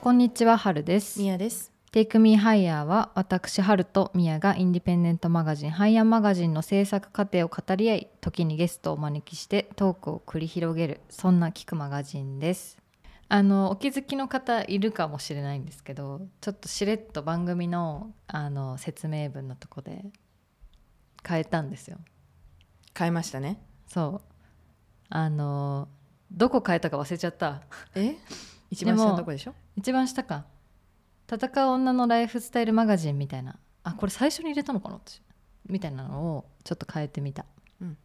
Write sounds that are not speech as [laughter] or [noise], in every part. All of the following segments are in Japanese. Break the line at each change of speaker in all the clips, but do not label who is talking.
こんにちは、はるです。
ミヤです。
Take Me Higher は私、はるとみやがインディペンデントマガジン、ハイヤーマガジンの制作過程を語り合い、時にゲストをお招きしてトークを繰り広げる、そんな聞くマガジンです。あのお気づきの方いるかもしれないんですけどちょっとしれっと番組のあの説明文のとこで変えたんですよ。
買いましたね。
そうあのどこ変えたか忘れちゃった
え？一番
で
下
も
のとこでしょ？
一番下か「戦う女のライフスタイルマガジン」みたいなあこれ最初に入れたのかな私みたいなのをちょっと変えてみた、
うん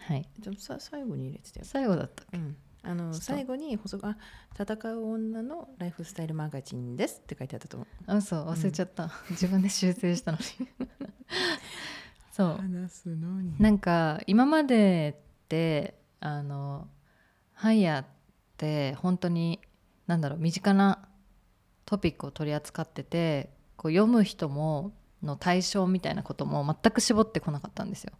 はい
でもさ最後に入れてたよ。
最後だった
うん。あの
そう
最後に補足あ戦う女のライフスタイルマガジンですって書いてあったと思う。
あ嘘忘れちゃった、自分で修正したの
[laughs]
にそう
話すのに
なんか今までってあのハイヤーって本当に何だろう身近なトピックを取り扱っててこう読む人もの対象みたいなことも全く絞ってこなかったんですよ。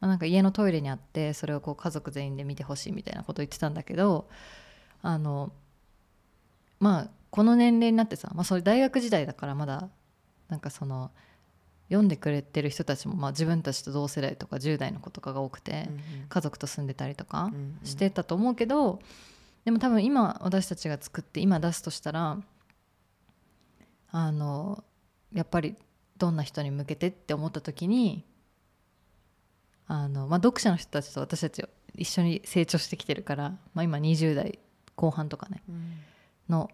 まあ、なんか家のトイレにあってそれをこう家族全員で見てほしいみたいなことを言ってたんだけどあのまあこの年齢になってさ、まあ、それ大学時代だからまだなんかその読んでくれてる人たちも、まあ、自分たちと同世代とか10代の子とかが多くて、家族と住んでたりとかしてたと思うけど、でも多分今私たちが作って今出すとしたらあのやっぱりどんな人に向けてって思った時にあの、まあ、読者の人たちと私たち一緒に成長してきてるから、まあ、今20代後半とかねの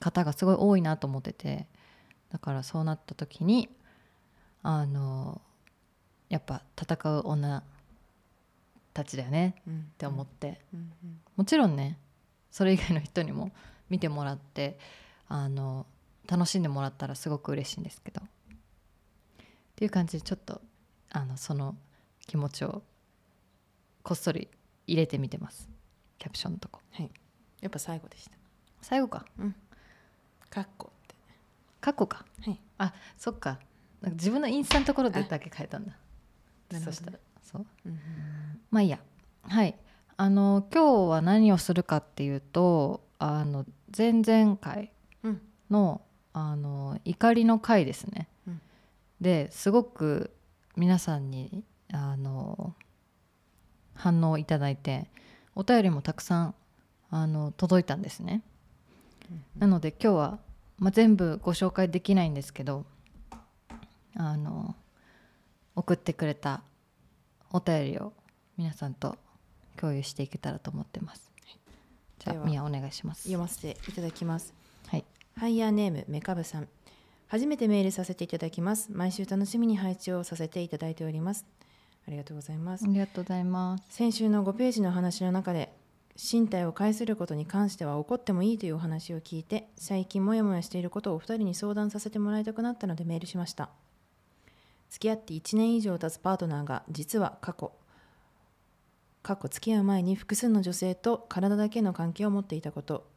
方がすごい多いなと思っててだからそうなった時にあのやっぱ戦う女たちだよね
っ
って思って、
うん
もちろんねそれ以外の人にも見てもらってあの楽しんでもらったらすごく嬉しいんですけどっていう感じでちょっとあのその気持ちをこっそり入れてみてますキャプションのとこ
やっぱ最後でした。
最後か
うん。カッコって。
過去か
はい。
あそっかなんか自分のインスタのところでだけ変えたんだ
あなるほどね
そしたらそう
うん
まあいいやはいあの今日は何をするかっていうとあの前々回
うん
のあの怒りの回ですね、
うん
ですごく皆さんにあの反応いただいてお便りもたくさんあの届いたんですね、なので今日は、まあ、全部ご紹介できないんですけどあの送ってくれたお便りを皆さんと共有していけたらと思ってます。じゃ
で
あ
は
ミヤお願いします。
読ませていただきます。
はい。
ハイヤーネームメカブさん。初めてメールさせていただきます。毎週楽しみに配置をさせていただいております。ありがとうございます
あ。りがとうございます。
先週の5ページの話の中で身体を介することに関しては怒ってもいいというお話を聞いて最近モヤモヤしていることをお二人に相談させてもらいたくなったのでメールしました付き合って1年以上経つパートナーが実は過去過去付き合う前に複数の女性と体だけの関係を持っていたこと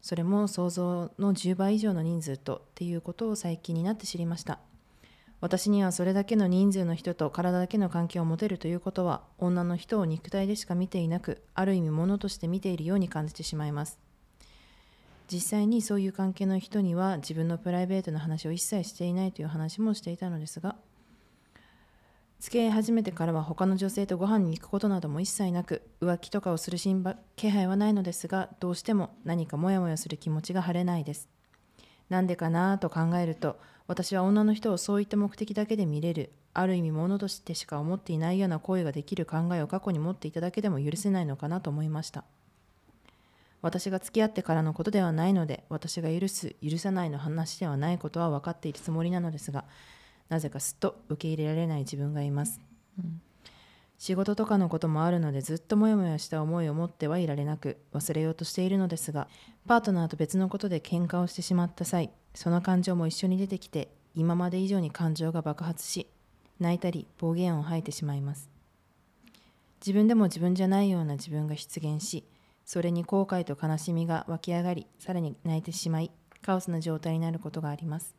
それも想像の10倍以上の人数とっていうことを最近になって知りました私にはそれだけの人数の人と体だけの関係を持てるということは女の人を肉体でしか見ていなくある意味物として見ているように感じてしまいます実際にそういう関係の人には自分のプライベートの話を一切していないという話もしていたのですが付き合い始めてからは他の女性とご飯に行くことなども一切なく浮気とかをする心配気配はないのですがどうしても何かモヤモヤする気持ちが晴れないですなんでかなぁと考えると私は女の人をそういった目的だけで見れるある意味物としてしか思っていないような行為ができる考えを過去に持っていただけでも許せないのかなと思いました私が付き合ってからのことではないので私が許す許さないの話ではないことは分かっているつもりなのですがなぜかすっと受け入れられない自分がいます、仕事とかのこともあるのでずっとモヤモヤした思いを持ってはいられなく忘れようとしているのですがパートナーと別のことで喧嘩をしてしまった際その感情も一緒に出てきて今まで以上に感情が爆発し泣いたり暴言を吐いてしまいます自分でも自分じゃないような自分が出現しそれに後悔と悲しみが湧き上がりさらに泣いてしまいカオスな状態になることがあります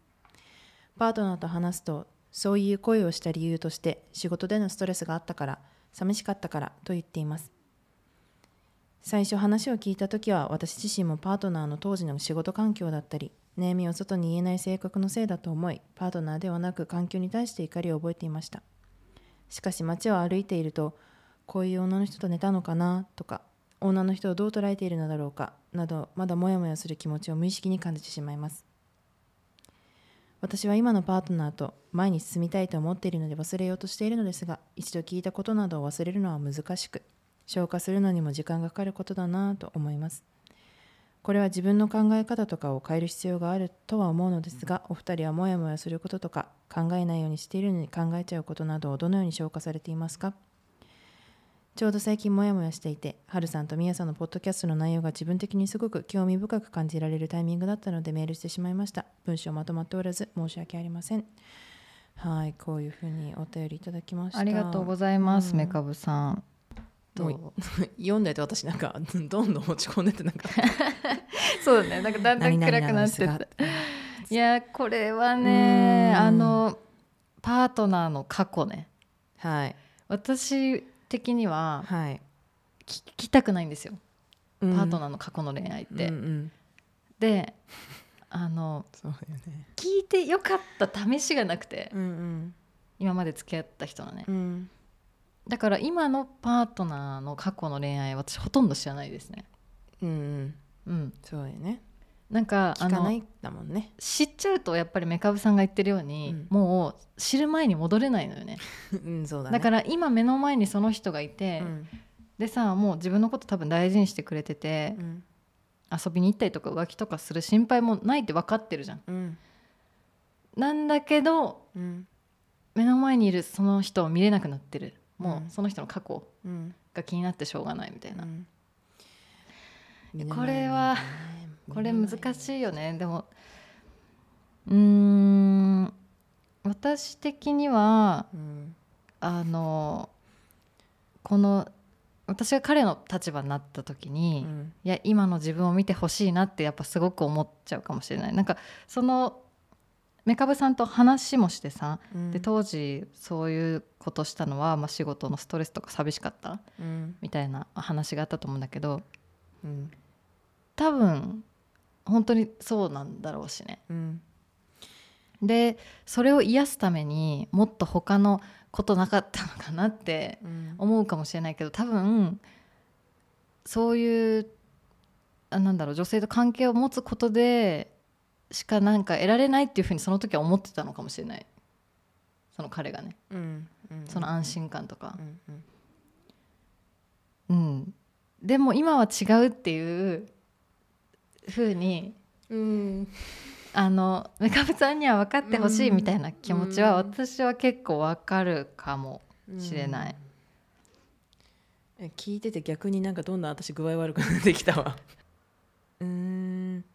パートナーと話すとそういう恋をした理由として仕事でのストレスがあったから寂しかったからと言っています最初話を聞いた時は私自身もパートナーの当時の仕事環境だったり悩みを外に言えない性格のせいだと思いパートナーではなく環境に対して怒りを覚えていましたしかし街を歩いているとこういう女の人と寝たのかなとか女の人をどう捉えているのだろうかなどまだモヤモヤする気持ちを無意識に感じてしまいます私は今のパートナーと前に進みたいと思っているので忘れようとしているのですが一度聞いたことなどを忘れるのは難しく消化するのにも時間がかかることだなぁと思いますこれは自分の考え方とかを変える必要があるとは思うのですがお二人はモヤモヤすることとか考えないようにしているのに考えちゃうことなどをどのように消化されていますかちょうど最近モヤモヤしていて、はるさんとみやさんのポッドキャストの内容が自分的にすごく興味深く感じられるタイミングだったのでメールしてしまいました。文章まとまっておらず申し訳ありません。はい、こういうふうにお便りいただきました。
ありがとうございます、
うん
メカブさん
もう
どう
読んでて私なんか [laughs] どんどん落ち込んでてなんか
[laughs] そうだねなんかだんだん暗くなってったいやこれはね
うん
あのパートナーの過去ね
はい
私的には
はい、
聞きたくないんですよ
パ
パート
ー
ナーの過去の恋愛っ
で
て、であの
そうだよね
聞いてよかった試しがなくて
うん
今まで付き合った人のね
うんうん
だから今のパートナーの過去の恋愛私ほとんど知らないですね
うんうん
うん
そうだよね
なんか
聞か
あ
な
の
いだもんね
知っちゃうとやっぱりメカブさんが言ってるように、
うん
もう知る前に戻れないのよね
[laughs] うんそうだ
だ
ね
から今目の前にその人がいて、
うん
でさもう自分のこと多分大事にしてくれてて、
うん
遊びに行ったりとか浮気とかする心配もないって分かってるじゃん
うん
なんだけど
うん
目の前にいるその人を見れなくなってるも
うん
うその人の過去
うん
が気になってしょうがないみたいな、
うん
これはこれ難
い
しいよねでもうーん私的には
うん
あのこの私が彼の立場になった時
う
に、い
ん
や今の自分を見てほしいなってやっぱすごく思っちゃうかもしれないなんかそのメカブさんと話もしてさ、
うん
で当時そういうことしたのは、まあ、仕事のストレスとか寂しかった
うん
みたいな話があったと思うんだけど
うん
多分本当にそうなんだろうしね
うん
でそれを癒すためにもっと他のことなかったのかなって
うん
思うかもしれないけど多分そういうあなんだろう女性と関係を持つことでしかなんか得られないっていうふうにその時は思ってたのかもしれないその彼がね
うんうん
その安心感とか
う、んうん
うん、でも今は違うっていうふうに
うん
あのメカブさんには分かってほしい
うん
みたいな気持ちは
うん
私は結構分かるかもしれない、
え聞いてて逆になんかどんどん私具合悪くなってきたわうーん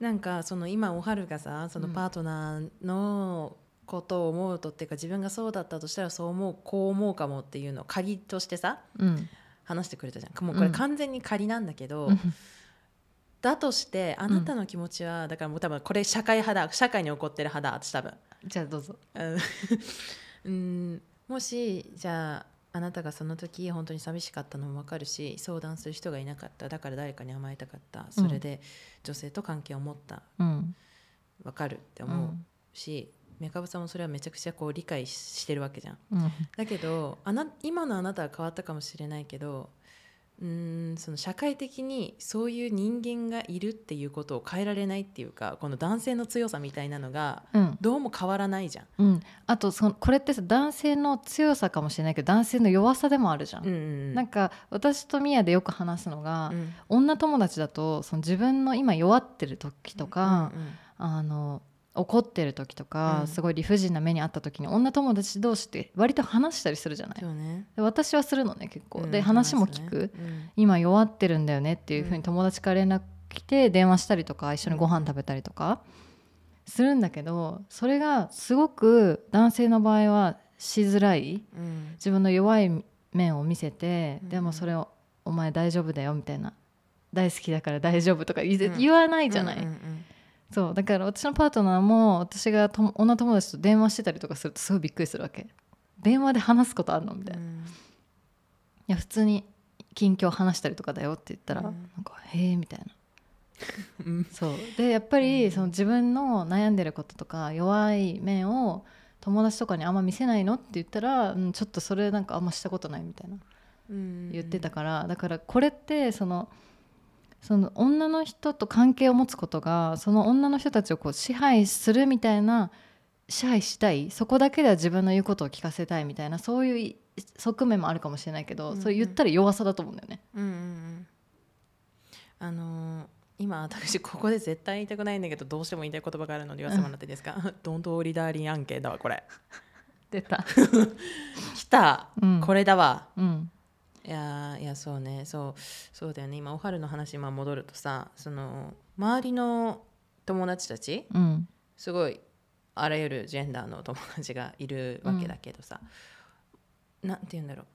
なんかその今おはるがさその
うん
パートナーのことを思うとっていうか自分がそうだったとしたらそう思うこう思うかもっていうのを鍵としてさ
うん
話してくれたじゃんもうこれ
うん
完全に仮なんだけど、
うん
だとしてあなたの気持ちは、だからもう多分これ社会派だ社会に起こってる派だ私多分
じゃあどうぞ
うん [laughs] うんもしじゃああなたがその時本当に寂しかったのも分かるし相談する人がいなかっただから誰かに甘えたかったそれで女性と関係を持った
うん
分かるって
う
思うんし、メカブさんもそれはめちゃくちゃこう理解ししてるわけじゃん。
うん
だけどあな今のあなたは変わったかもしれないけどうーんその社会的にそういう人間がいるっていうことを変えられないっていうかこの男性の強さみたいなのが
うん
どうも変わらないじゃん。
うん、あとそのこれってさ男性の強さかもしれないけど男性の弱さでもあるじゃん、
うんうん
なんか私とミヤでよく話すのが、
うん
女友達だとその自分の今弱ってる時とか、あの怒ってる時とか、
うん
すごい理不尽な目にあった時に女友達同士って割と話したりするじゃない
そうね
で私はするのね結構、
うん
で話も聞く、
話すね
今弱ってるんだよねっていうふう
うん
に友達から連絡来て電話したりとか一緒にご飯食べたりとかするんだけどそれがすごく男性の場合はしづらい
うんうん
自分の弱い面を見せて、
うん
でもそれを「お前大丈夫だよ」みたいな「大好きだから大丈夫」とか言,、
うん
言わないじゃない、
うんうん
そうだから私のパートナーも私がとも女友達と電話してたりとかするとすごいびっくりするわけ電話で話すことあるのみたいな
う、ん
いや普通に近況話したりとかだよって言ったら、
うん
なんか「へえ」みたいな
うん
そうでやっぱりその自分の悩んでることとか弱い面を友達とかにあんま見せないのって言ったら、うん、ちょっとそれなんかあんましたことないみたいな言ってたから、だからこれってそのその女の人と関係を持つことがその女の人たちをこう支配するみたいな支配したいそこだけでは自分の言うことを聞かせたいみたいなそういう側面もあるかもしれないけど、
うんうん
それ言ったら弱さだと思うんだよね。
うんうんうんあのー今私ここで絶対言いたくないんだけどどうしても言いたい言葉があるので言わせてもらっていいで
[laughs]
すか「ドントーリダーリンアンケ」だわこれ
出た。
[laughs] 来た、
うん
これだわ
うん
いやーいやそうねそうそうだよね今おはるの話今戻るとさその周りの友達たち
うん
すごいあらゆるジェンダーの友達がいるわけだけどさ、なんて言うんだろう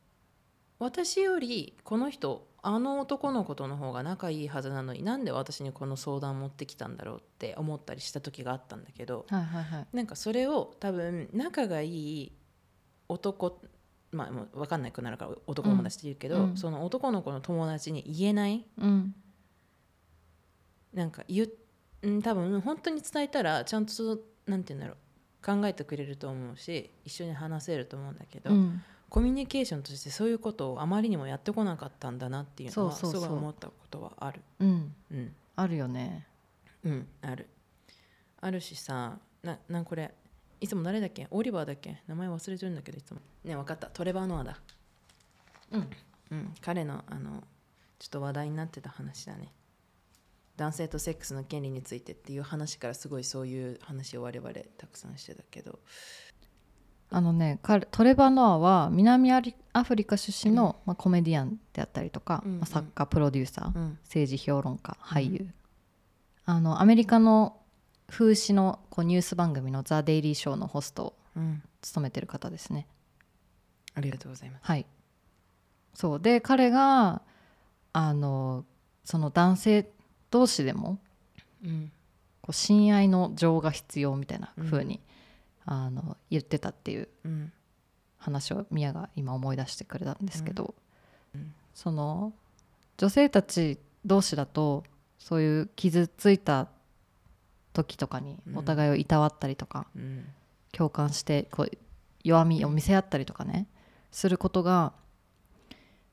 私よりこの人あの男の子との方が仲いいはずなのになんで私にこの相談持ってきたんだろうって思ったりした時があったんだけど
はいはいはい。
なんかそれを多分仲がいい男まあもう分かんなくなるから男友達って言うけど、
うんうん
その男の子の友達に言えない
うん
なんか言うん多分本当に伝えたらちゃんとなんて言うんだろう考えてくれると思うし一緒に話せると思うんだけど、
うん
コミュニケーションとしてそういうことをあまりにもやってこなかったんだなっていうのはす
そうそうそ
ご
う
い思ったことはある
うん
うん
あるよね。
うんあるあるしさななんこれいつも誰だっけオリバーだっけ名前忘れてるんだけどいつもね分かったトレバー・ノアだ
うん
うん、彼のあのちょっと話題になってた話だね男性とセックスの権利についてっていう話からすごいそういう話を我々たくさんしてたけど
あのね彼トレバー・ノアは南アリアフリカ出身の、まあ、コメディアンであったりとか、
うんうん
まあ、作家プロデューサー、
うん
政治評論家俳優、あのアメリカの風刺のこうニュース番組の「ザ・デイリー・ショー」のホストを
うん
務めてる方ですね。
ありがとうございます
はい、そうで彼があのその男性同士でも
うん
こう親愛の情が必要みたいな風に、あの言ってたっていう
うん
話をミヤが今思い出してくれたんですけど、
うんうん
その女性たち同士だとそういう傷ついた時とかに
うん
お互いをいたわったりとか、
うん
共感してこう弱みを見せ合ったりとかねすることが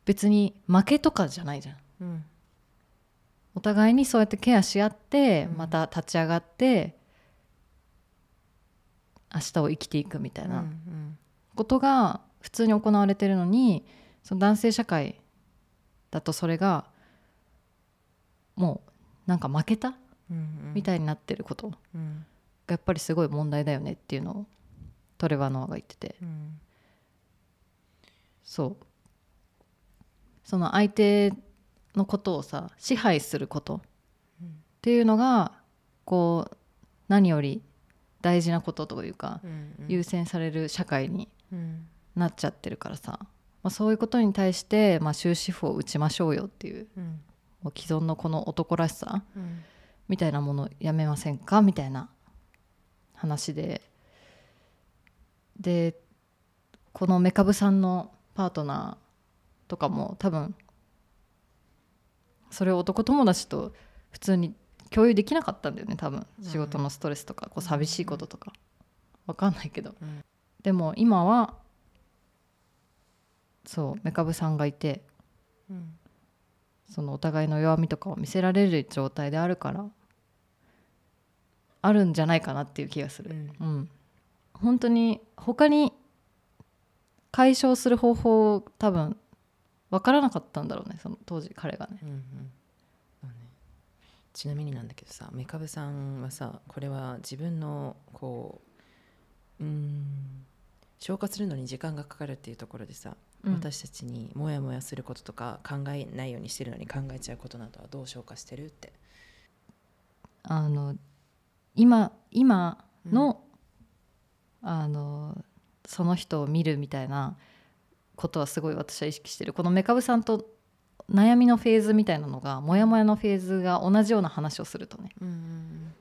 別に負けとかじゃないじゃん。
うん
お互いにそうやってケアし合って、
うん
また立ち上がって明日を生きていくみたいな、
うん
ことが普通に行われてるのにその男性社会だとそれがもうなんか負けた
うん
みたいになってることが
うん
やっぱりすごい問題だよねっていうのをトレバー・ノアが言ってて
うん
そうその相手のことをさ支配することっ
うん
ていうのがこう何より大事なことというか
うん
優先される社会に
うん
なっちゃってるからさ、まあ、そういうことに対して、まあ、終止符を打ちましょうよっていう
うん
もう既存のこの男らしさ
うん
みたいなものやめませんかみたいな話ででこのメカブさんのパートナーとかも多分それを男友達と普通に共有できなかったんだよね多分
うん
仕事のストレスとかこう寂しいこととかわかんないけど
うん
でも今はそうメカブさんがいて
うん
そのお互いの弱みとかを見せられる状態であるからあるんじゃないかなっていう気がす
う
る、
ん
うん本当に他に解消する方法を多分分からなかったんだろうねその当時彼がね
うんうんそうねちなみになんだけどさメカブさんはさこれは自分のこううーん消化するのに時間がかかるっていうところでさ、
うん
私たちにモヤモヤすることとか考えないようにしてるのに考えちゃうことなどはどう消化してるって
あの今今の,、あのその人を見るみたいなことはすごい私は意識してるこのメカブさんと悩みのフェーズみたいなのがモヤモヤのフェーズが同じような話をするとね、
うんうんうん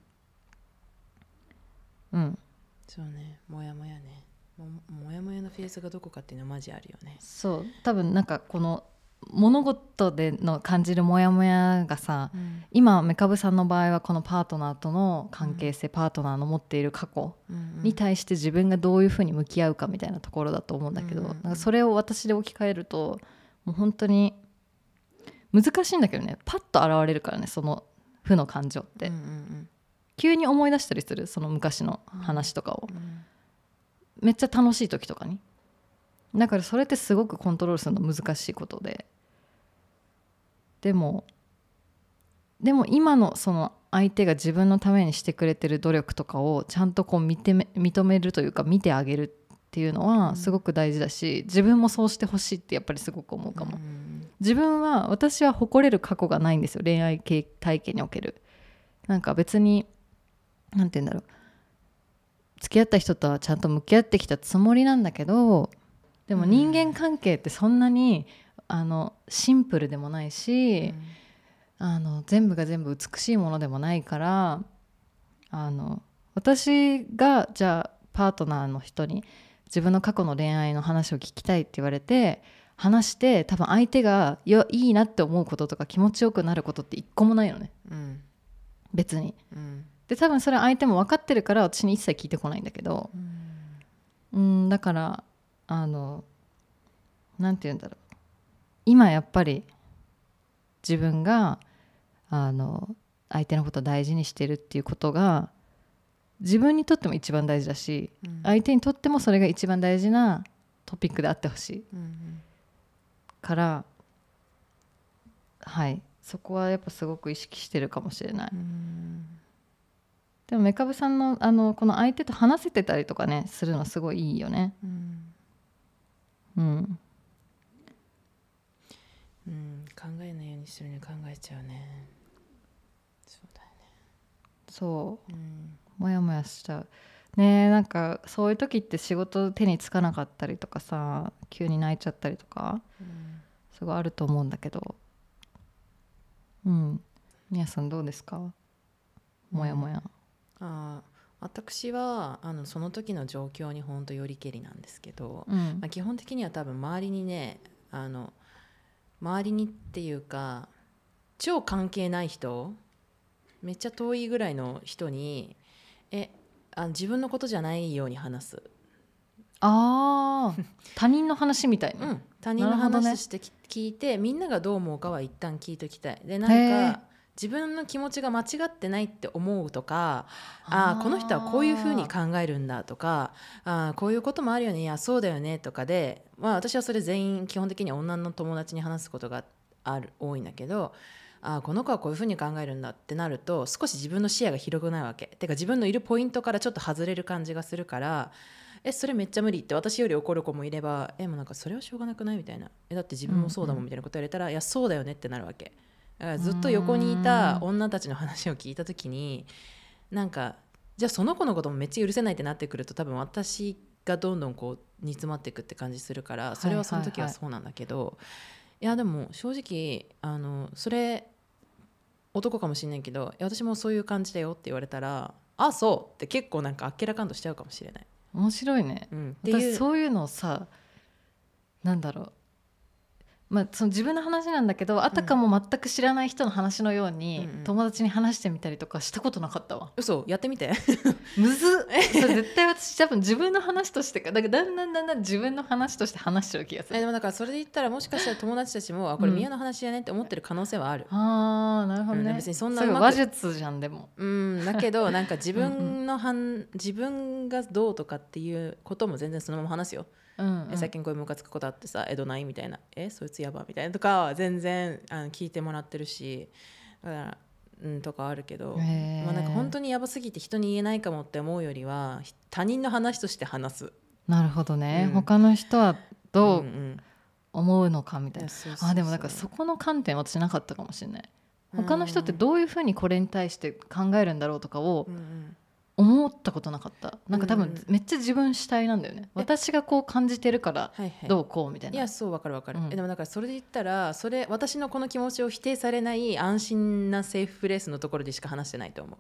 うん、
そうねモヤモヤねももやもやのフェーズがどこかっていうのはマジあるよね
そう多分なんかこの物事での感じるモヤモヤがさ今メカブさんの場合はこのパートナーとの関係性、パートナーの持っている過去に対して自分がどういうふうに向き合うかみたいなところだと思うんだけど、
うんうんうん
なんかそれを私で置き換えるともう本当に難しいんだけどねパッと現れるからねその負の感情って、急に思い出したりするその昔の話とかを、めっちゃ楽しい時とかにだからそれってすごくコントロールするの難しいことででもでも今のその相手が自分のためにしてくれてる努力とかをちゃんとこう見てめ認めるというか見てあげるっていうの
う
は
ん
すごく大事だし、自分もそうしてほしいってやっぱりすごく思うかも、自分は私は誇れる過去がないんですよ恋愛経体験におけるなんか別になんて言うんだろう付き合った人とはちゃんと向き合ってきたつもりなんだけどでも
うん
人間関係ってそんなに、あのシンプルでもないし、あの全部が全部美しいものでもないからあの私がじゃあパートナーの人に自分の過去の恋愛の話を聞きたいって言われて話して多分相手がよいいなって思うこととか気持ちよくなることって一個もないのね別に。で多分それは相手も分かってるから私に一切聞いてこないんだけどうんだからあのなんて言うんだろう今やっぱり自分があの相手のことを大事にしてるっていうことが自分にとっても一番大事だし相手にとってもそれが一番大事なトピックであってほしいからはいそこはやっぱすごく意識してるかもしれないでもめかぶさんのあのこの相手と話せてたりとかねするのすごいいいよねうん
考えないようにするね考えちゃうねそうだよ
そう
ね
モヤモヤしちゃうねえなんかそういう時って仕事手につかなかったりとかさ急に泣いちゃったりとかすごいあると思うんだけどうんみやさんどうですかモヤモヤ
あー私はあのその時の状況に本当よりけりなんですけど、
うん
まあ、基本的には多分周りにねあの周りにっていうか超関係ない人めっちゃ遠いぐらいの人にえあ自分のことじゃないように話す、
あー他人の話みたいうな、
ん、他人の
なるほどね
話してき、聞いてみんながどう思うかは一旦聞いときたいでな
へ
ん
ー
か自分の気持ちが間違ってないって思うとかあーこの人はこういうふうに考えるんだとかあーこういうこともあるよねいやそうだよねとかで、まあ、私はそれ全員基本的には女の友達に話すことがある多いんだけどあーこの子はこういうふうに考えるんだってなると少し自分の視野が広くないわけてか自分のいるポイントからちょっと外れる感じがするからえそれめっちゃ無理って私より怒る子もいればえもうなんかそれはしょうがなくないみたいなえだって自分もそうだもんみたいなこと言われたら、いやそうだよねってなるわけだからずっと横にいた女たちの話を聞いた時になんかじゃあその子のこともめっちゃ許せないってなってくると多分私がどんどんこう煮詰まっていくって感じするからそれはその時はそうなんだけど、いやでも正直あのそれ男かもしれないけどいや私もそういう感じだよって言われたらあそうって結構なんかあっけらかんとしちゃうかもしれない。
面白いね
うん、ってい
私
う
そういうのをさなんだろうまあ、その自分の話なんだけどあたかも全く知らない人の話のように、
うんうん
友達に話してみたりとかしたことなかったわ
嘘やってみて [laughs]
むずっそれ絶対私多分自分の話としてかだからだんだんだんだん自分の話として話してる気がす
え
る
でもだからそれで言ったらもしかしたら友達たちもあこれ宮の話やねって思ってる可能性はある、
あーなるほどね、
うん別にそんなう
れ
まく
話術じゃんでも
うん、だけどなんか自分のはん自分がどうとかっていうことも全然そのまま話すよ、
うん、う
え
ん、
最近こういうムカつくことあってさえどないみたいなえそいつやばみたいなとかは全然あの聞いてもらってるしだからうんとかあるけど、
へー
まあ、なんか本当にやばすぎて人に言えないかもって思うよりはひ他人の話として話す
なるほどね、
うん
他の人はど
ん
うん思うのかみたいな、
いやそうそうそう
あでもなんかそこの観点私なかったかもしれない他の人ってどういうふうにこれに対して考えるんだろうとかを
うんうん
思ったことなかったなんか多
うんう
分
ん
めっちゃ自分主体なんだよね私がこう感じてるから
はいはい、
どうこうみたい
い
な、
やそうわかるわかる、
うん
えでもだからそれで言ったらそれ私のこの気持ちを否定されない安心なセーフプレースのところでしか話してないと思う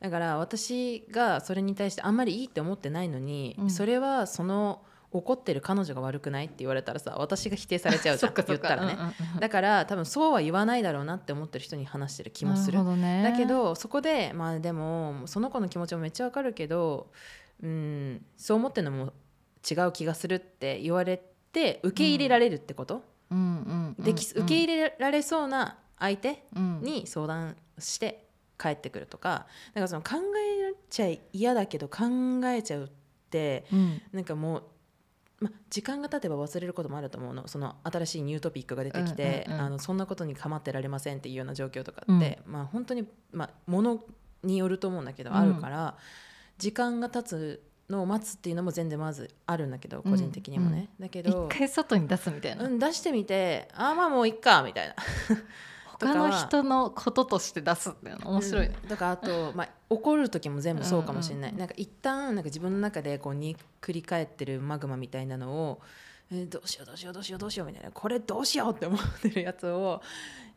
だから私がそれに対してあんまりいいって思ってないのに、
うん
それはその怒ってる彼女が悪くないって言われたらさ私が否定されちゃうじ
[laughs] そ
ゃ
っ
ん
かそ
言
っ
っ
か
たらね、
うんうんうん
だから多分そうは言わないだろうなって思ってる人に話してる気もする
なほどね
だけどそこでまあでもその子の気持ちもめっちゃわかるけど、うん、そう思ってるのも違う気がするって言われて受け入れられるってこと、
うんうんうん
でき受け入れられそうな相手
うん
に相談して帰ってくるとかなんかその考えちゃ嫌だけど考えちゃうって
うん
なんかもう。ま、時間が経てば忘れることもあると思うのその新しいニュートピックが出てきて、
うんうんうん
あのそんなことに構ってられませんっていうような状況とかって、まあ、本当に、まあ、ものによると思うんだけど、
うん
あるから時間が経つのを待つっていうのも全然まずあるんだけど個人的にもね、だけ
一
ど、
回外に出すみたいな、
うん、出してみてああまあもういっかみたいなと
他
かは
の人のこととして出すっていうの面白いね、
うんとかあと、まあ、怒る時も全部そうかもしれない、
うんうんうん
なんか一旦なんか自分の中でこうに繰り返ってるマグマみたいなのを、えーどうしようどうしようどうしようどうしようみたいなこれどうしようって思ってるやつを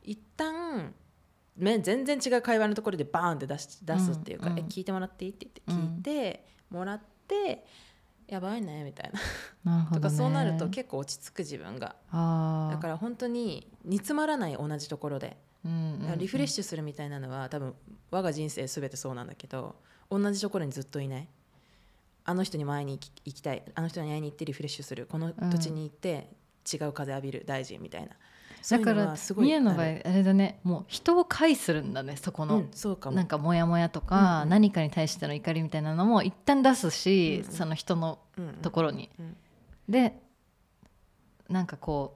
一旦ね全然違う会話のところでバーンって出し出すっていうか、
うんうん
え聞いてもらっていいって言
う
って
ん
聞いてもらって、やばいねみたい
な
な、
るほ
と
ど、ね、
かそうなると結構落ち着く自分が
あ
だ
ー
から本当に煮詰まらない同じところで
うんうんうん
リフレッシュするみたいなのは多分我が人生全てそうなんだけど同じところにずっといないあの人に前に行き行きたいあの人に会いに行ってリフレッシュするこの土地に行って違う風浴びる大事みたいな、そうい
だ
うの
か
は
ら
すごい
ミエの場合
あ
あ
る
れだねもう人を介するんだねそこの、
うん、そうかも
なんかモヤモヤと
うん
か、
うん
何かに対しての怒りみたいなのも一旦出すし、
うんうん
その人の
うんうん
ところに、
うん
でなんかこ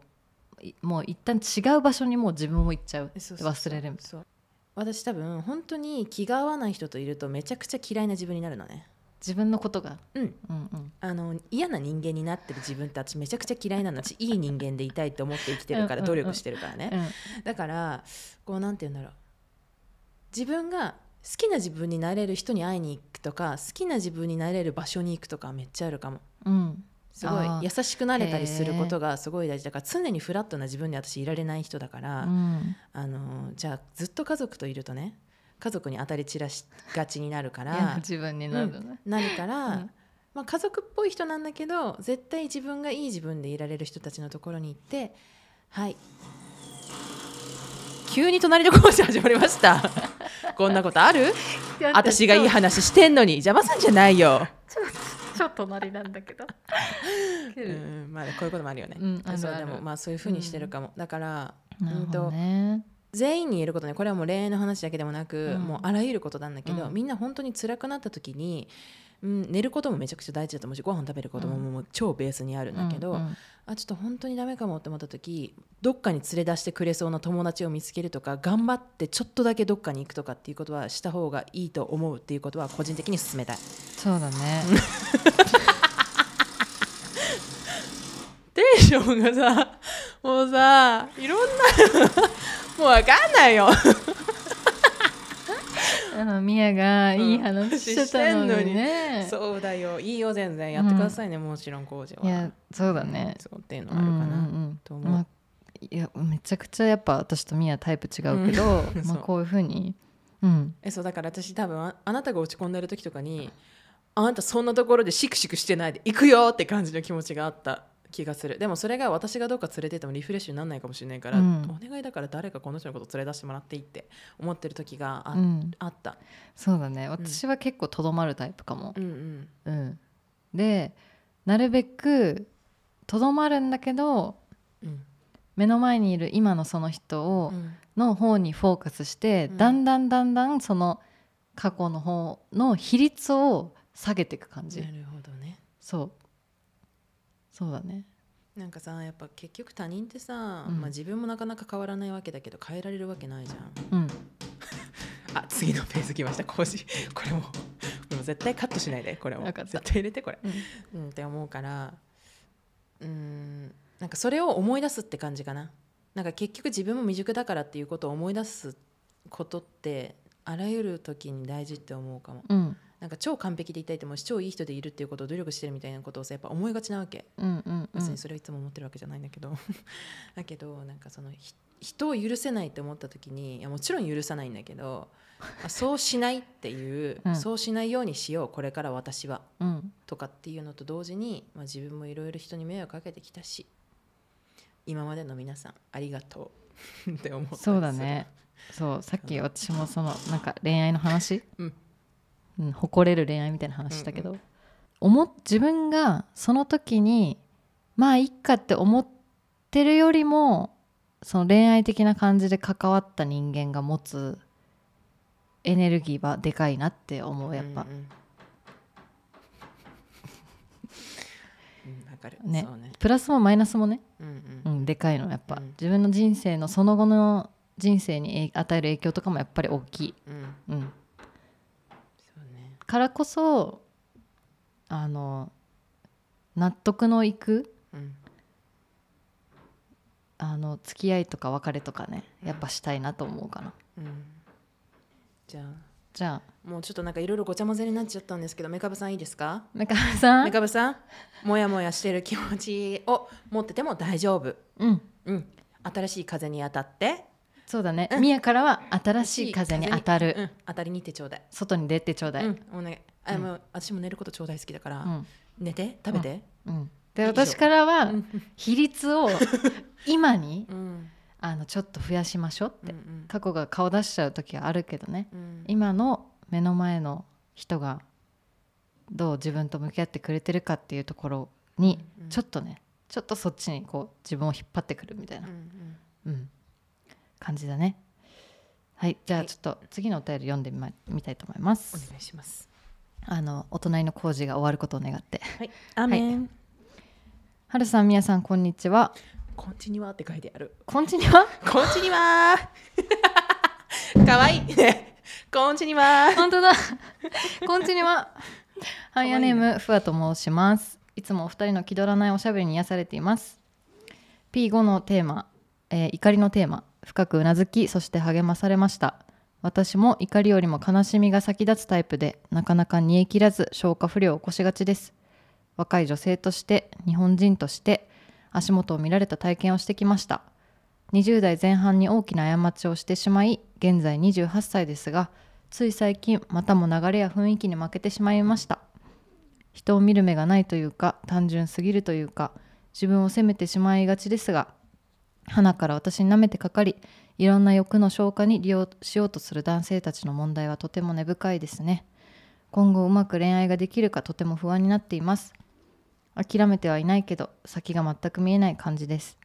ういもう一旦違う場所にもう自分も行っちゃう
そうそう
忘
そう
れるみたい
そう私多分本当に気が合わない人といるとめちゃくちゃ嫌いな自分になるのね
自分のことが、
うん
うんうん、
あの嫌な人間になってる自分って私めちゃくちゃ嫌いなの私いい人間でいたいって思って生きてるから
うんうんうん
努力してるからね、
うん
だからこうなんて言うんだろう自分が好きな自分になれる人に会いに行くとか好きな自分になれる場所に行くとかめっちゃあるかも
うん、
すごい
あー
優しくなれたりすることがすごい大事だから常にフラットな自分で私いられない人だから、
うん
あのーじゃあずっと家族といるとね家族に当たり散らしがちになるか
嫌な
ら
自分になるね、
なるから、
うん
まあ、家族っぽい人なんだけど絶対自分がいい自分でいられる人たちのところに行ってはい急に隣の講師始まりました
[laughs]
こんなことある私がいい話してんのに邪魔すんじゃないよ、
ちょっと隣なんだけど、
[laughs] うんまあ、こういうこともあるよね、
うんある
そう
あ
で
る
もまあそういうふうにしてるかも、だから
なるほどね
全員に言えることねこれはもう恋愛の話だけでもなく、
うん
もうあらゆることなんだけど、
うん
みんな本当に辛くなった時に、うん、寝ることもめちゃくちゃ大事だと思うしご飯食べることも
うん
もう超ベースにあるんだけど、
うんうん
あちょっと本当にダメかもって思った時どっかに連れ出してくれそうな友達を見つけるとか頑張ってちょっとだけどっかに行くとかっていうことはした方がいいと思うっていうことは個人的に勧めたいっ
そうだね
テンションがさもうさいろんな [laughs] もうわかんないよ
あのミヤがいい話してたのに
[laughs] うん
ね、
そうだよいいよ全然やってくださいね、もちろん工事はい
やそうだね
そうっていうのはあるかな、
うんうん
と
うん
思う
まあいやめちゃくちゃやっぱ私とミヤタイプ違うけど、
うん
[laughs] ま
そ
あ
う
こういうふうに、うん、
えそうだから私多分ああなたが落ち込んでる時とかにあなたそんなところでシクシクしてないで行くよって感じの気持ちがあった気がするでもそれが私がどうか連れてってもリフレッシュにならないかもしれないから、
うん
お願いだから誰かこの人のこと連れ出してもらっていいって思ってる時があ,、
うん、
あった
そうだね私は結構とどまるタイプかも
う、ん
う
うん
ん、でなるべくとどまるんだけど
うん
目の前にいる今のその人を、
うん
の方にフォーカスして、
うん
だんだんだんだんその過去の方の比率を下げていく感じ、
なるほどね
そうそうだね
なんかさやっぱ結局他人ってさ、
うん
まあ、自分もなかなか変わらないわけだけど変えられるわけないじゃん
うん
あ次のペース来ました講師これもこれも絶対カットしないでこれも
わかった
絶対入れてこれ
うん
うん、って思うからうーんなんかそれを思い出すって感じかななんか結局自分も未熟だからっていうことを思い出すことってあらゆる時に大事って思うかも
うん
なんか超完璧でいたいと思うし超いい人でいるっていうことを努力してるみたいなことをさやっぱ思いがちなわけ
うんうんうん
別にそれはいつも思ってるわけじゃないんだけど [laughs] だけどなんかそのひ人を許せないって思った時にいやもちろん許さないんだけどあそうしないっていう、
うん
そうしないようにしようこれから私は
うん
とかっていうのと同時に、まあ、自分もいろいろ人に迷惑かけてきたし今までの皆さんありがとう [laughs] って思ったりする
そうだねそうさっき私もそのなんか恋愛の話、
うん
うん誇れる恋愛みたいな話したけど、思っ自分がその時にまあいっかって思ってるよりもその恋愛的な感じで関わった人間が持つエネルギーはでかいなって思うやっぱ、
うん [laughs] うんうんわかる
ね
そうね
プラスもマイナスもね、
うんうん
うん、でかいのはやっぱ、
うん
自分の人生のその後の人生に与える影響とかもやっぱり大きい、
うん
うん、
そうね
からこそあの納得のいく
うん
あの付き合いとか別れとかねやっぱしたいなと思うかな、
うんじゃあ
じゃあ
もうちょっとなんかいろいろごちゃ混ぜになっちゃったんですけどメカブさんいいですか
メカブさ
メ
ん
カブさんもやもやしてる気持ちを持ってても大丈夫
うん
うん新しい風に当たって
そうだね、ミヤからは新しい風に当たる、
うん、当たりに行ってちょうだい、
外に出てちょうだい、う
うんんお願いあ、もう私も寝ること超大好きだから、
うん
寝て食べて、
で
いいよ
私から
う
は
ん
比率
[laughs]
を今に
うん
あのちょっと増やしましょうって、
うん
過去が顔出しちゃう時はあるけどね
うん
今の目の前の人がどう自分と向き合ってくれてるかっていうところに
うんうん
ちょっとねちょっとそっちにこう自分を引っ張ってくるみたいな
うんう、ん
うん、感じだねはいじゃ
は
あ
い
ちょっと次のお便り読んでみ,、ま、みたいと思いま
お
す
願いします
あのお隣の工事が終わることを願って
はいアーメン、
はるさんみやさんこんにちは
こんちにはって書いてある
こんちには
こんちにはかわい
[laughs]
いねこんちには
本当だこんちにはハイヤーネー
か
ムふわと申しますいつもお二人の気取らないおしゃべりに癒されています P5 のテーマ、えー怒りのテーマ深くうなずきそして励まされました私も怒りよりも悲しみが先立つタイプでなかなか煮え切らず消化不良を起こしがちです若い女性として日本人として足元を見られた体験をしてきました20代前半に大きな過ちをしてしまい現在28歳ですがつい最近またも流れや雰囲気に負けてしまいました人を見る目がないというか単純すぎるというか自分を責めてしまいがちですが花から私に舐めてかかりいろんな欲の消化に利用しようとする男性たちの問題はとても根深いですね今後うまく恋愛ができるかとても不安になっています諦めてはいないけど先が全く見えない感じです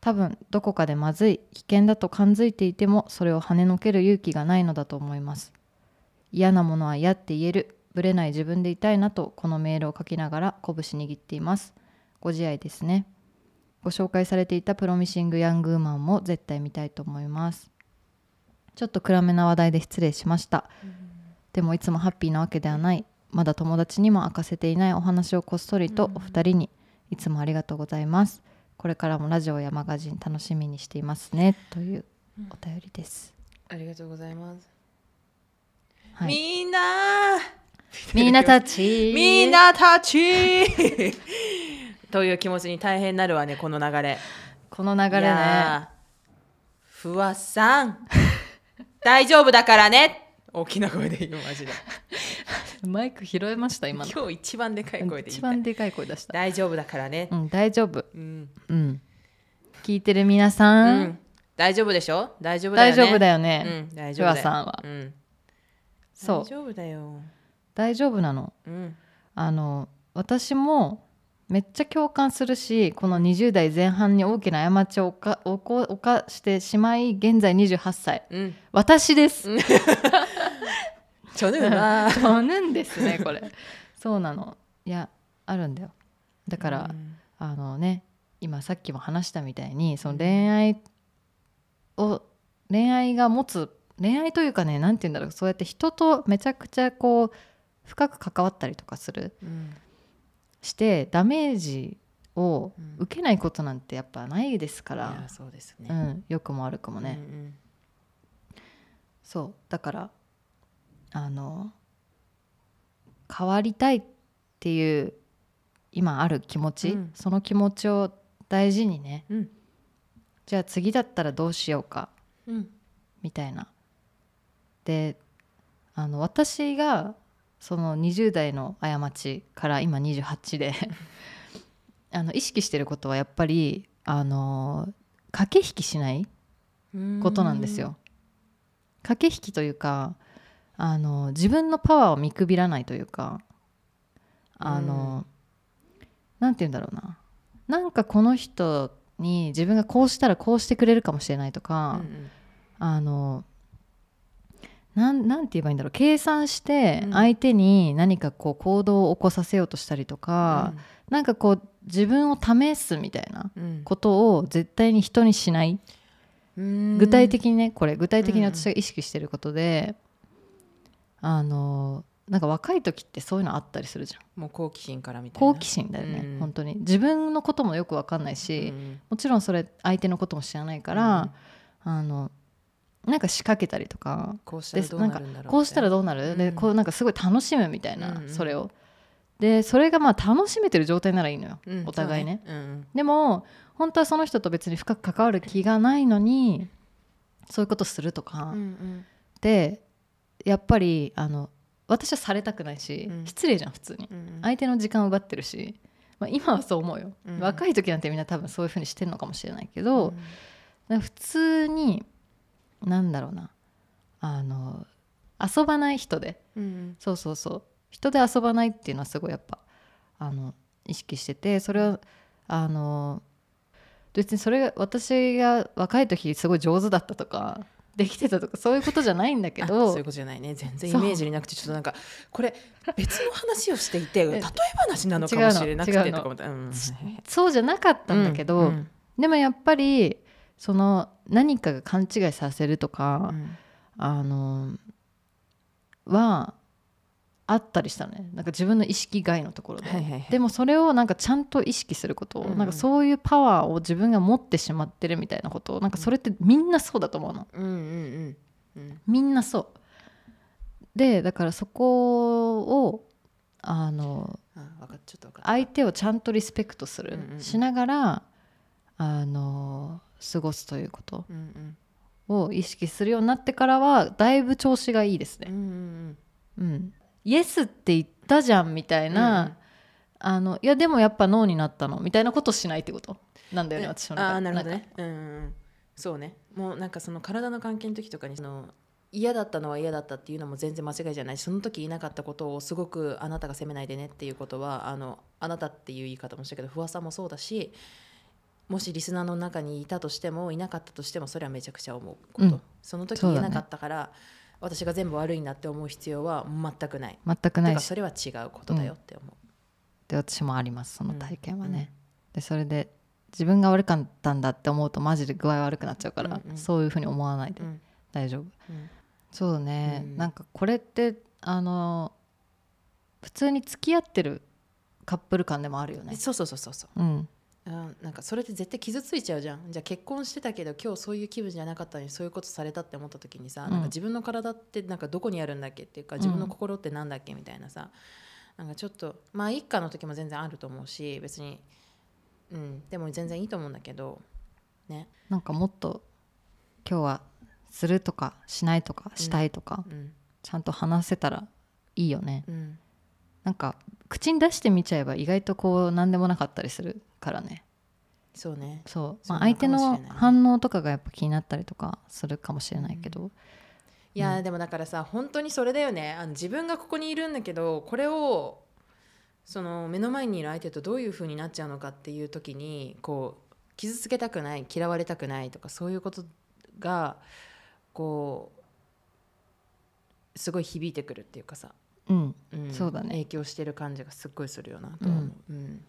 多分どこかでまずい危険だと感づいていてもそれを跳ねのける勇気がないのだと思います嫌なものは嫌って言えるぶれない自分でいたいなとこのメールを書きながら拳握っていますご自愛ですねご紹介されていたプロミシングヤングウーマンも絶対見たいと思いますちょっと暗めな話題で失礼しましたでもいつもハッピーなわけではないまだ友達にも明かせていないお話をこっそりとお二人にいつもありがとうございますこれからもラジオやマガジン楽しみにしていますねというお便りです、
ありがとうございます、
はい、
みんな
みんなたち
みんなたち [laughs] という気持ちに大変になるわねこの流れ
この流
い
れね
やーふわさん [laughs] 大丈夫だからね大きな声で言うマジで
[laughs] マイク拾えました今の
今日一番でかい声で言
一
いたい
番でかい声出した
大丈夫だからね
うん大丈夫
うん、
うん聞いてる皆
う
さん、
ん、大丈夫でしょ大丈夫だよ
大
ね
丈夫だ
よ、
よね、
うん、大
ふ
丈夫
わ
だよ
さんは
うん、
そう
大丈夫だよ
大丈夫なの
うん
あの私もめっちゃ共感するしこの20代前半に大きな過ちを犯犯犯してしまい現在28歳 [laughs]
うん
私です
ちょぬな
そうなんですねこれそうなのいやあるんだよだから、
うん
あのね今さっきも話したみたいにその
うん
恋愛を恋愛が持つ恋愛というかね何て言うんだろうそうやって人とめちゃくちゃこう深く関わったりとかする
うん
してダメージを
うん
受けないことなんてやっぱないですか
いや
ら、
そうです
う
ね、
ん、良くも悪くもね、
うん
そうだからあの変わりたいっていう今ある気持ち、
うん
その気持ちを大事にね
うん
じゃあ次だったらどうしようか
うん
みたいな。であの私がその20代の過ちから今28で [laughs] あの意識してることはやっぱりあの駆け引きしないことなんですよ。駆け引きというかあの自分のパワーを見くびらないというかあの、なんて言うんだろうななんかこの人に自分がこうしたらこうしてくれるかもしれないと
うん
か、
うん
あのなんなんて言えばいいんだろう計算して
うん
相手に何かこう行動を起こさせようとしたりとか、なんかこう自分を試すみたいな
うん
ことを絶対に人にしない
うん
具体的にねこれ具体的
うん
に
うん
私が意識してることで、あのなんか若い時ってそういうのあったりするじゃん
もう好奇心からみたいな
好奇心だよね、
うん
本当に自分のこともよく分かんないし、
うん
もちろんそれ相手のことも知らないから、あのなんか仕掛けたりとか
こうしたらどうなるんだろう
こうしたらどうなる、
う
で
ん
こうなんかすごい楽しむみたいな、
うんうん
それをでそれがまあ楽しめてる状態ならいいのよ、
うん
お互いね
そううん
でも本当はその人と別に深く関わる気がないのにそういうことするとか、
うんうん
でやっぱりあの私はされたくないし、
うん
失礼じゃん普通に
うんうん
相手の時間を奪ってるし、まあ、今はそう思うよ、
うん
若い時なんてみんな多分そういうふうにしてるのかもしれないけど、
うん
だから普通になんだろうなあの遊ばない人で
うん
そうそうそう人で遊ばないっていうのはすごいやっぱあの意識しててそれはあの別にそれが私が若い時すごい上手だったとかできてたとかそういうことじゃないんだけ
あ
ど
そういうことじゃないね全然イ
そう
メージになくてちょっとなんかこ
[laughs]
れ別の話をしていて例え話なのか
違う
も
の
しれなく
違う
て
の
とか思ったうん
そうじゃなかったんだけど、
うん
でもやっぱりその何かが勘違いさせるとか、
うん
あのはあったりしたねなんか自分の意識外のところで、
はいはいはい
でもそれをなんかちゃんと意識すること、
うんうん
なんかそういうパワーを自分が持ってしまってるみたいなことなんかそれってみんなそうだと思うの
うんうんうんうん
みんなそうでだからそこをあの
あ分かっちょっと分かった
相手をちゃんとリスペクトする、
うんうんうん
しながらあの過ごすということ
うんうん
を意識するようになってからはだいぶ調子がいいですね
うん
う
うん
ん、イエスって言ったじゃんみたいな、
うん
あのいやでもやっぱノーになったのみたいなことしないってことなんだよね、私の中で
ああーなるほどねうんうんうんそうねもうなんかその体の関係の時とかにその嫌だったのは嫌だったっていうのも全然間違いじゃないしその時言いなかったことをすごくあなたが責めないでねっていうことはあのあなたっていう言い方もしたけど不破さんもそうだしもしリスナーの中にいたとしてもいなかったとしてもそれはめちゃくちゃ思うこと、
うん
その時
そ
言
うだ
え
ね
なかったから、私が全部悪いんだって思う必要は全くない。
なんか全く
だ
な
か
い
ら
し
それは違うことだよって思う。
で私もありますその体験はね、
うんうん
でそれで自分が悪かったんだって思うとマジで具合悪くなっちゃうから、
うんうん
そういうふうに思わないで
うん
大丈夫
うん
そうね、
うん
なんかこれってあの普通に付き合ってるカップル感でもあるよね
そうそうそうそうそう
うん
うんなんかそれって絶対傷ついちゃうじゃんじゃあ結婚してたけど今日そういう気分じゃなかったのにそういうことされたって思った時にさ、
うん
なんか自分の体ってなんかどこにあるんだっけっていうか自分の心ってなんだっけみたいなさ、なんかちょっとまあ一家の時も全然あると思うし別に、うん、でも全然いいと思うんだけどね、
なんかもっと今日はするとかしないとかしたいとか、
うん
ちゃんと話せたらいいよね
うん、
なんか口に出してみちゃえば意外とこう何でもなかったりするからね
そうね
そう、
そう
まあ、相手
かも
の
しれないね
反応とかがやっぱ気になったりとかするかもしれないけど、
いやー、でもだからさ本当にそれだよねあの自分がここにいるんだけどこれをその目の前にいる相手とどういう風になっちゃうのかっていう時にこう傷つけたくない嫌われたくないとかそういうことがこうすごい響いてくるっていうかさ、
うん
ん
そうだね
影響してる感じがすっごいするよなと思う。うん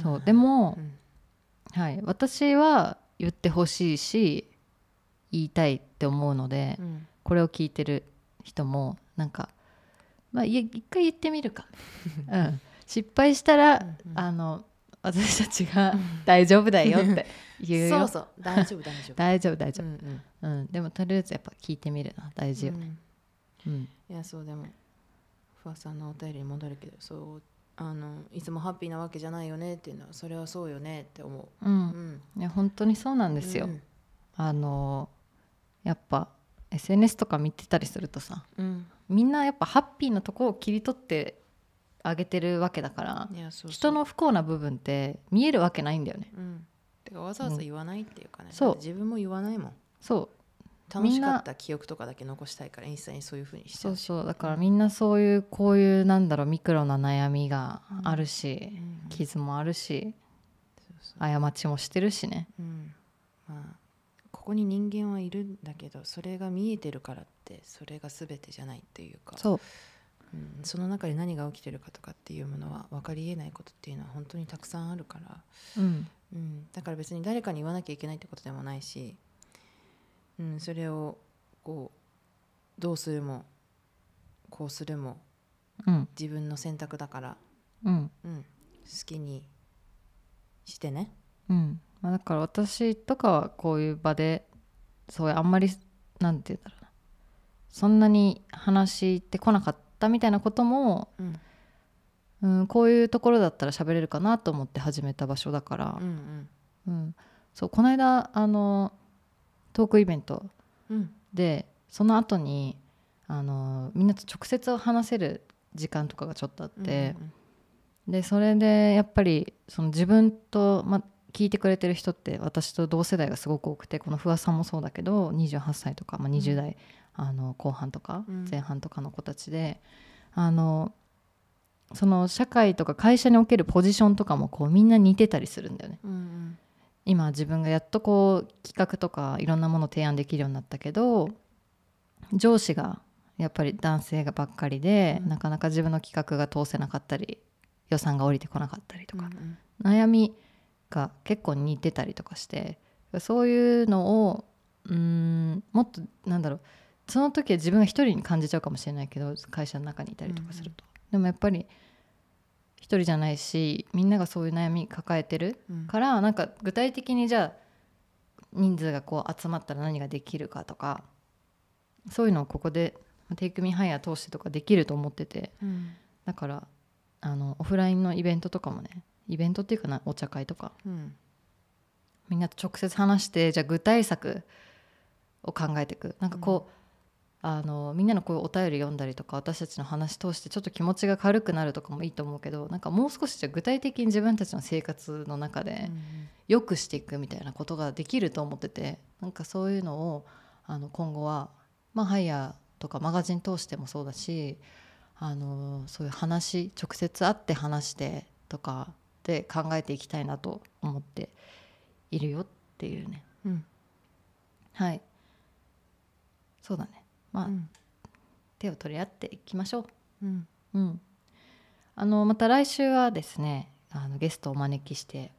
そうでも
う、ん
はい、私は言ってほしいし言いたいって思うので、
うん
これを聞いてる人もなんか、まあ、い一回言ってみ
[laughs]
るか、うん、失敗したら、
うんうん
あの私たちが大丈夫だよ
[laughs]
って言うよ
そうそう大丈夫大丈
[laughs]
夫。
大丈夫大丈
うんうん
夫、うんでもとりあえずやっぱ聞いてみるな大事よ
う、ん
うん
いやそうでもふわさんのお便りに戻るけどそうあのいつもハッピーなわけじゃないよねっていうのはそれはそうよねって思
う
う、うんん、
いや本当にそうなんですよ、
うん
あのやっぱ SNS とか見てたりするとさ
うん
みんなやっぱハッピーなとこを切り取ってあげてるわけだから
いやそうそう
人の不幸な部分って見えるわけないんだよね
うん、てかわざわざ言わないっていうかね、
うんそう
だって自分も言わないもん
そう
楽しかった記憶とかだけ残したいからインスタにそういうふうにして
そう
ほしい
そうだからみんなそういうこういうなんだろうミクロな悩みがあるし、
うん
傷もあるし
そうそう
過ちもしてるしね
うんまあここに人間はいるんだけどそれが見えてるからってそれが全てじゃないっていうか
そう
うん、その中で何が起きてるかとかっていうものは分かりえないことっていうのは本当にたくさんあるから、
うん
うん、だから別に誰かに言わなきゃいけないってことでもないし、うん、それをこうどうするもこうするも
うん
自分の選択だから、
うん
うん、好きにしてね。
うん、まあ、だから私とかはこういう場でそういうあんまりなんて言うんだろうなそんなに話してこなかったみたいなことも、
うん
うん、こういうところだったら喋れるかなと思って始めた場所だから
う、ん
うん、そうこの間あのトークイベント
うんうん
でその後にあのみんなと直接話せる時間とかがちょっとあって、でそれでやっぱりその自分と、ま、聞いてくれてる人って私と同世代がすごく多くてこの不破さんもそうだけど28歳とか、まあ、20代、あの後半とか
うん
前半とかの子たちで、あのその社会とか会社におけるポジションとかもこうみんな似てたりするんだよね。
うんうん
今自分がやっとこう企画とかいろんなものを提案できるようになったけど上司がやっぱり男性がばっかりで、
うん
なかなか自分の企画が通せなかったり予算が降りてこなかったりとか
う、ん
悩みが結構似てたりとかしてそういうのをうーんもっとなんだろうその時は自分が一人に感じちゃうかもしれないけど会社の中にいたりとかすると、でもやっぱり一人じゃないしみんながそういう悩み抱えてる
うん
からなんか具体的にじゃあ人数がこう集まったら何ができるかとかそういうのをここで「テイクミハイヤー」通してとかできると思ってて
うん
だからあのオフラインのイベントとかもねイベントっていうかなお茶会とか
うん
みんなと直接話してじゃあ具体策を考えていくなんかこう、あのみんなのこういうお便り読んだりとか私たちの話通してちょっと気持ちが軽くなるとかもいいと思うけどなんかもう少しじゃあ具体的に自分たちの生活の中で、良くしていくみたいなことができると思っててなんかそういうのをあの今後は、まあ、ハイヤーとかマガジン通してもそうだしあのそういう話直接会って話してとかで考えていきたいなと思っているよっていうね
うん
はいそうだねまあ、
うん
手を取り合っていきましょう
うん
うん、あのまた来週はですねあのゲストをお招きして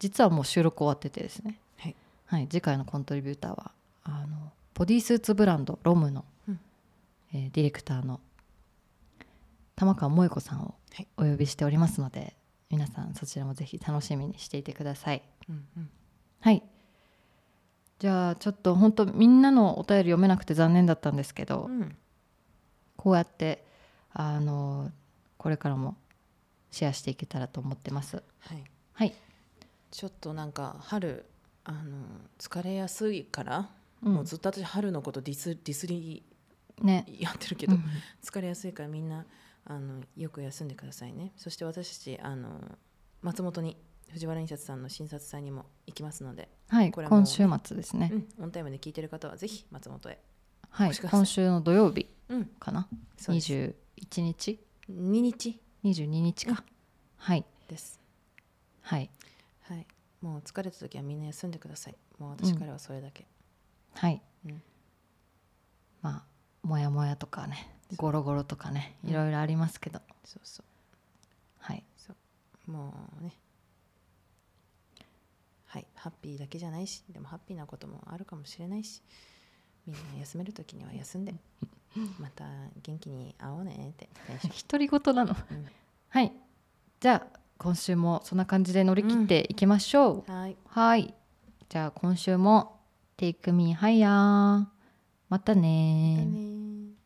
実はもう収録終わっててですね、
はい
はい次回のコントリビューターはあのボディスーツブランドロムの、
うん
えーディレクターの玉川萌子さんを
はい
お呼びしておりますので、皆さんそちらもぜひ楽しみにしていてください。
うんうん
はいじゃあちょっと本当みんなのお便り読めなくて残念だったんですけど、
うん
こうやってあのこれからもシェアしていけたらと思ってます。
はい
はい、
ちょっとなんか春あの疲れやすいから、
うん
もうずっと私春のことディスディスり
ね、
やってるけど、
うん
疲れやすいからみんなあのよく休んでくださいねそして私たちあの松本に藤原印刷さんの診察祭にも行きますので、
はい、
これはもう
今週末ですね
う。ん、オンタイムで聞いてる方はぜひ松本へ、
は
お
い、
越しください
今週の土曜日
うん、
かな、
そう
二
です
十一日、
2日
二十二日か、はい、
です
はい、
はいもう疲れた時はみんな休んでくださいもう私からはそれだけ、
はい、
うん
まあもやもやとかね、
そう
ゴロゴロとかね、
うん
いろいろありますけど、
そうそ
はい、
うもうねはいハッピーだけじゃないしでもハッピーなこともあるかもしれないしみんな休める時には休んでまた元気に会おうねってテンショ
独
ン
り言なの。
うん
はい、じゃあ今週もそんな感じで乗り切っていきましょう。
はい。
はい。じゃあ今週も Take Me Higher。またね
だねー